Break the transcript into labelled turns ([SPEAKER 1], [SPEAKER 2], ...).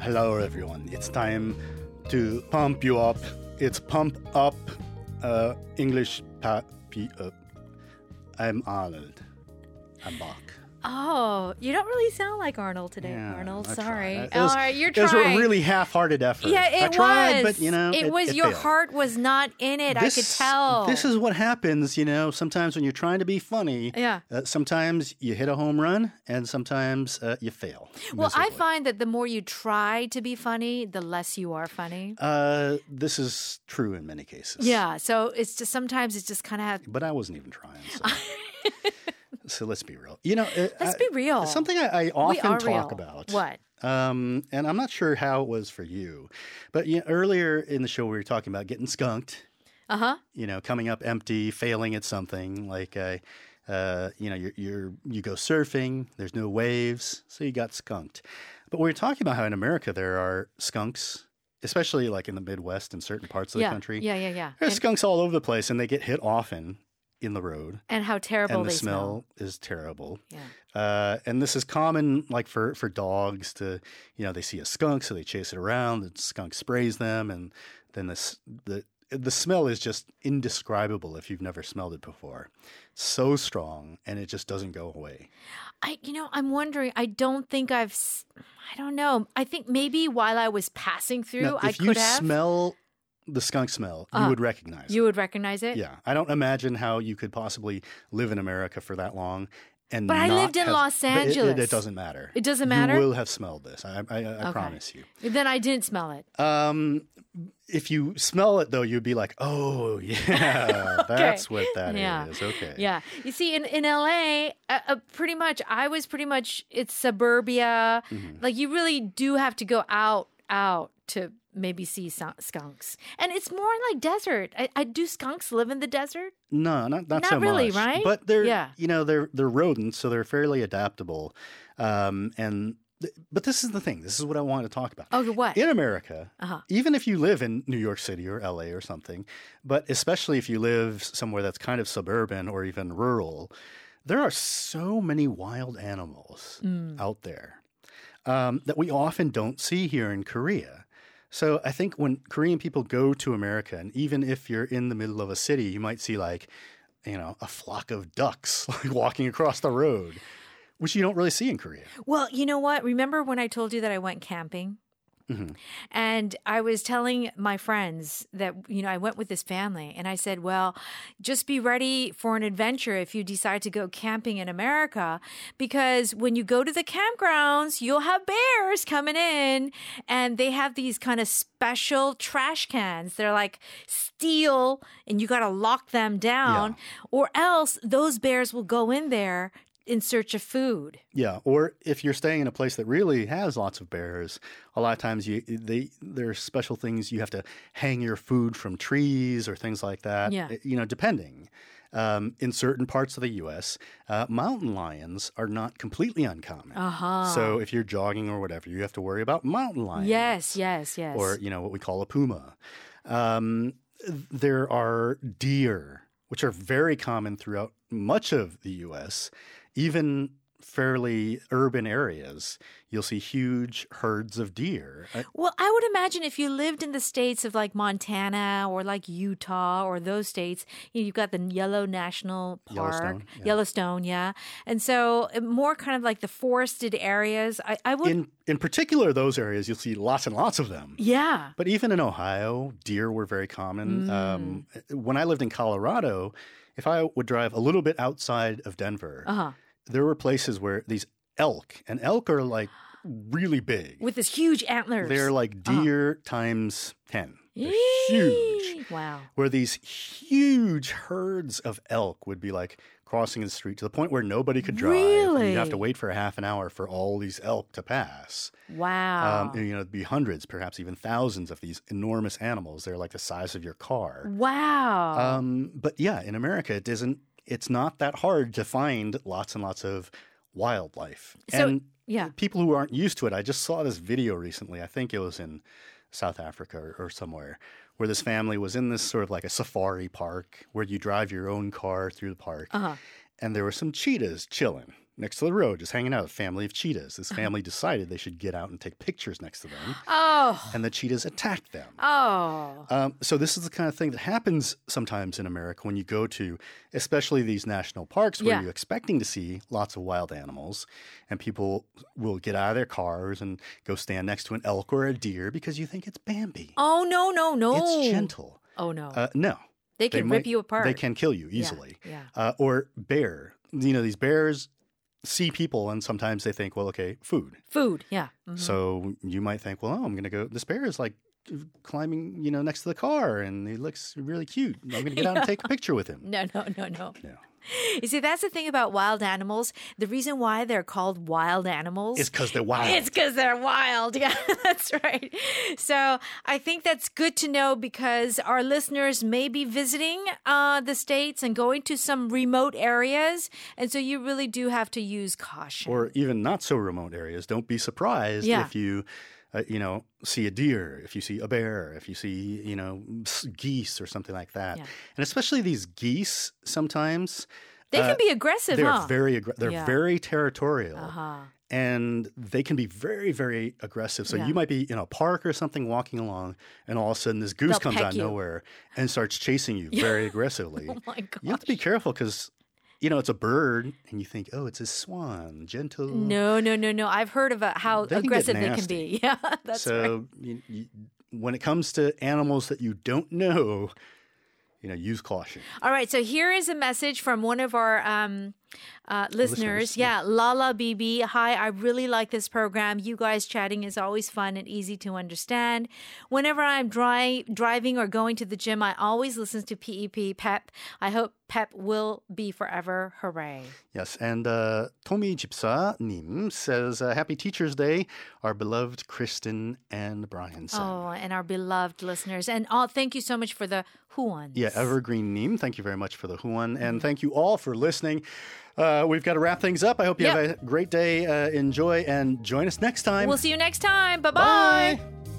[SPEAKER 1] Hello, everyone. It's time to pump you up. It's pump up uh, English. Pa- P- uh, I'm Arnold. I'm back.
[SPEAKER 2] Oh, you don't really sound like Arnold today,
[SPEAKER 1] Yeah,
[SPEAKER 2] Arnold.
[SPEAKER 1] I tried.
[SPEAKER 2] Sorry.
[SPEAKER 1] It
[SPEAKER 2] All
[SPEAKER 1] was-
[SPEAKER 2] right, you're
[SPEAKER 1] It was a
[SPEAKER 2] trying.
[SPEAKER 1] really half-hearted effort.
[SPEAKER 2] yeah, it
[SPEAKER 1] I tried,
[SPEAKER 2] was.
[SPEAKER 1] but you know,
[SPEAKER 2] it, was. your
[SPEAKER 1] failed.
[SPEAKER 2] heart was not in it. I could
[SPEAKER 1] This-
[SPEAKER 2] tell.
[SPEAKER 1] This is what happens, you know. Sometimes when you're trying to be funny,
[SPEAKER 2] Yeah.
[SPEAKER 1] uh, sometimes you hit a home run, and sometimes uh, you fail.
[SPEAKER 2] Well, I
[SPEAKER 1] miserably.
[SPEAKER 2] find that the more you try to be funny, the less you are funny.
[SPEAKER 1] uh, this is true in many cases.
[SPEAKER 2] Yeah. So it's just sometimes it's just kind of
[SPEAKER 1] but I wasn't even trying. So, So let's be real. You know, uh,
[SPEAKER 2] Let's
[SPEAKER 1] I-
[SPEAKER 2] be real.
[SPEAKER 1] Something I, I
[SPEAKER 2] we
[SPEAKER 1] often
[SPEAKER 2] are
[SPEAKER 1] talk
[SPEAKER 2] real.
[SPEAKER 1] about.
[SPEAKER 2] What?
[SPEAKER 1] Um, and I'm not sure how it was for you, but you know, earlier in the show we were talking about getting skunked.
[SPEAKER 2] Uh huh.
[SPEAKER 1] You know, coming up empty, failing at something. Like, uh, uh, you know, you're, you're you go surfing. There's no waves, so you got skunked. But we were talking about how in America there are skunks, especially like in the Midwest and certain parts of
[SPEAKER 2] Yeah.
[SPEAKER 1] the country.
[SPEAKER 2] Yeah. Yeah. Yeah.
[SPEAKER 1] There's
[SPEAKER 2] And,
[SPEAKER 1] skunks all over the place, and they get hit often in the road,
[SPEAKER 2] and how terrible
[SPEAKER 1] and the
[SPEAKER 2] they
[SPEAKER 1] smell, is terrible.
[SPEAKER 2] Yeah.
[SPEAKER 1] Uh, and this is common, like for for dogs to, you know, they see a skunk, so they chase it around. The skunk sprays them, and then this the the smell is just indescribable if you've never smelled it before. So strong, and it just doesn't go away.
[SPEAKER 2] I, you know, I'm wondering. I don't think I've. s- I don't know. I think maybe while I was passing through,
[SPEAKER 1] Now,
[SPEAKER 2] I
[SPEAKER 1] if you
[SPEAKER 2] could have.
[SPEAKER 1] smell the skunk smell, you
[SPEAKER 2] Uh,
[SPEAKER 1] would recognize
[SPEAKER 2] you
[SPEAKER 1] it.
[SPEAKER 2] would recognize it.
[SPEAKER 1] Yeah, I don't imagine how you could possibly live in America for that long. And
[SPEAKER 2] But I
[SPEAKER 1] not
[SPEAKER 2] lived in
[SPEAKER 1] have-
[SPEAKER 2] Los
[SPEAKER 1] but it- it- It,
[SPEAKER 2] Angeles.
[SPEAKER 1] doesn't matter.
[SPEAKER 2] It doesn't matter?
[SPEAKER 1] You will have smelled this. I, I, I promise you.
[SPEAKER 2] Then I didn't smell it.
[SPEAKER 1] Um, if you smell it though, you'd be like, "Oh yeah, that's what that is."
[SPEAKER 2] Yeah.
[SPEAKER 1] Okay.
[SPEAKER 2] Yeah. You see, in, in LA, uh, uh, pretty much, I was pretty much, it's suburbia.
[SPEAKER 1] Mm-hmm.
[SPEAKER 2] Like, you really do have to go out, out to maybe see so- skunks. And it's more like desert. I, I do skunks live in the desert?
[SPEAKER 1] No, not not,
[SPEAKER 2] Not
[SPEAKER 1] so
[SPEAKER 2] really,
[SPEAKER 1] much.
[SPEAKER 2] right?
[SPEAKER 1] But they're
[SPEAKER 2] Yeah.
[SPEAKER 1] you know they're they're rodents, so they're fairly adaptable. Um, and th- but this is the thing. This is what I want to talk about.
[SPEAKER 2] Okay, what?
[SPEAKER 1] in America,
[SPEAKER 2] Oh, Uh-huh.
[SPEAKER 1] even if you live in New York City or LA or something, but especially if you live somewhere that's kind of suburban or even rural, there are so many wild animals
[SPEAKER 2] Mm.
[SPEAKER 1] out there um, that we often don't see here in Korea. So I think when Korean people go to America, and even if you're in the middle of a city, you might see like, you know, a flock of ducks like walking across the road, which you don't really see in Korea.
[SPEAKER 2] Well, you know what? Remember when I told you that I went camping?
[SPEAKER 1] Mhm.
[SPEAKER 2] And I was telling my friends that, you know, I went with this family and I said, well, just be ready for an adventure if you decide to go camping in America, because when you go to the campgrounds, you'll have bears coming in and they have these kind of special trash cans. They're like steel and you got to lock them down or else those bears will go in there in search of food.
[SPEAKER 1] Yeah, or if you're staying in a place that really has lots of bears, a lot of times you they there are special things you have to hang your food from trees or things like that.
[SPEAKER 2] Yeah.
[SPEAKER 1] uh, you know, depending. Um, in certain parts of the U.S., uh, mountain lions are not completely uncommon.
[SPEAKER 2] Uh-huh.
[SPEAKER 1] So if you're jogging or whatever, you have to worry about mountain lions.
[SPEAKER 2] Yes, yes, yes.
[SPEAKER 1] Or you know what we call a puma. Um, there are deer, which are very common throughout much of the U.S., even fairly urban areas. You'll see huge herds of deer. Uh,
[SPEAKER 2] well, I would imagine if you lived in the states of like Montana or like Utah or those states, you know, you've got the Yellow National Park,
[SPEAKER 1] Yellowstone, yeah.
[SPEAKER 2] Yellowstone, yeah. And so uh, more kind of like the forested areas. I, I would,
[SPEAKER 1] in in particular, those areas you'll see lots and lots of them.
[SPEAKER 2] yeah.
[SPEAKER 1] But even in Ohio, deer were very common. Um, when I lived in Colorado, if I would drive a little bit outside of Denver,
[SPEAKER 2] Uh huh.
[SPEAKER 1] there were places where these elk and elk are like really big.
[SPEAKER 2] With this huge antlers.
[SPEAKER 1] They're like
[SPEAKER 2] Uh-huh.
[SPEAKER 1] deer times 10. They're huge.
[SPEAKER 2] Eee. Wow.
[SPEAKER 1] Where these huge herds of elk would be like crossing the street to the point where nobody could drive. and
[SPEAKER 2] Really?
[SPEAKER 1] You'd have to wait for a half an hour for all these elk to pass.
[SPEAKER 2] Wow.
[SPEAKER 1] Um, and, you know, it'd be hundreds, perhaps even thousands of these enormous animals. They're like the size of your car.
[SPEAKER 2] wow.
[SPEAKER 1] Um, but yeah, in America, it isn't. It's not that hard to find lots and lots of wildlife.
[SPEAKER 2] So-
[SPEAKER 1] and
[SPEAKER 2] yeah.
[SPEAKER 1] people who aren't used to it, I just saw this video recently. I think it was in South Africa or, or somewhere where this family was in this sort of like a safari park where you drive your own car through the park,
[SPEAKER 2] Uh huh.
[SPEAKER 1] and there were some cheetahs chilling. next to the road, just hanging out, a family of cheetahs. This family decided they should get out and take pictures next to them,
[SPEAKER 2] Oh,
[SPEAKER 1] and the cheetahs attacked them.
[SPEAKER 2] oh,
[SPEAKER 1] Um, so this is the kind of thing that happens sometimes in America when you go to, especially these national parks where
[SPEAKER 2] Yeah.
[SPEAKER 1] you're expecting to see lots of wild animals, and people will get out of their cars and go stand next to an elk or a deer because you think it's Bambi.
[SPEAKER 2] oh no, no, no.
[SPEAKER 1] It's gentle.
[SPEAKER 2] Oh no,
[SPEAKER 1] Uh, no,
[SPEAKER 2] they can rip
[SPEAKER 1] might-
[SPEAKER 2] you apart.
[SPEAKER 1] They can kill you
[SPEAKER 2] Yeah,
[SPEAKER 1] easily.
[SPEAKER 2] Yeah.
[SPEAKER 1] Uh, or bear. You know these bears see people and sometimes they think, well, okay, food.
[SPEAKER 2] Food. Yeah.
[SPEAKER 1] Mm-hmm.
[SPEAKER 2] mhm.
[SPEAKER 1] So you might think, well, oh, I'm going to go. This bear is like climbing, you know, next to the car, and he looks really cute. I'm going to get out and take a picture with him.
[SPEAKER 2] No, no, no, no.
[SPEAKER 1] No.
[SPEAKER 2] You see, that's the thing about wild animals. The reason why they're called wild animals
[SPEAKER 1] It's because they're wild.
[SPEAKER 2] It's because they're wild. Yeah, that's right. So I think that's good to know because our listeners may be visiting uh, the states and going to some remote areas. And so you really do have to use caution.
[SPEAKER 1] or even not so remote areas. Don't be surprised
[SPEAKER 2] Yeah.
[SPEAKER 1] if you, uh, you know, see a deer, if you see a bear, if you see, you know, s- geese or something like that.
[SPEAKER 2] Yeah.
[SPEAKER 1] And especially these geese sometimes.
[SPEAKER 2] they
[SPEAKER 1] uh,
[SPEAKER 2] can be aggressive,
[SPEAKER 1] they're
[SPEAKER 2] huh?
[SPEAKER 1] very aggr- they're
[SPEAKER 2] Yeah.
[SPEAKER 1] very territorial
[SPEAKER 2] uh-huh.
[SPEAKER 1] and they can be very very aggressive so
[SPEAKER 2] Yeah.
[SPEAKER 1] you might be in a park or something walking along and all of a sudden this goose
[SPEAKER 2] They'll
[SPEAKER 1] comes
[SPEAKER 2] peck
[SPEAKER 1] out of
[SPEAKER 2] you.
[SPEAKER 1] nowhere and starts chasing you very aggressively
[SPEAKER 2] Oh my god.
[SPEAKER 1] you have to be careful because you know it's a bird and you think oh it's a swan gentle
[SPEAKER 2] No, no, no, no. I've heard about how
[SPEAKER 1] They can get
[SPEAKER 2] aggressive they can be. Yeah, that's right.
[SPEAKER 1] so you, you, when it comes to animals that you don't know you know use caution
[SPEAKER 2] All right, so here is a message from one of our um, uh,
[SPEAKER 1] Listeners,
[SPEAKER 2] listeners. Yeah, Lala BB. Hi, I really like this program. You guys chatting is always fun and easy to understand. Whenever I'm dri- driving or going to the gym, I always listen to PEP Pep. I hope Pep will be forever. Hooray.
[SPEAKER 1] Yes, and uh, Tomi Jipsa Nim says, uh, "Happy Teachers' Day, our beloved Kristen and Brian." Son.
[SPEAKER 2] Oh, and our beloved listeners. And oh, thank you so much for the who ones.
[SPEAKER 1] Yeah, Evergreen Neem, thank you very much for the Huan, and thank you all for listening. Uh, we've got to wrap things up. I hope you
[SPEAKER 2] Yep.
[SPEAKER 1] have a great day. Uh, enjoy and join us next time.
[SPEAKER 2] We'll see you next time. Bye-bye.
[SPEAKER 1] Bye.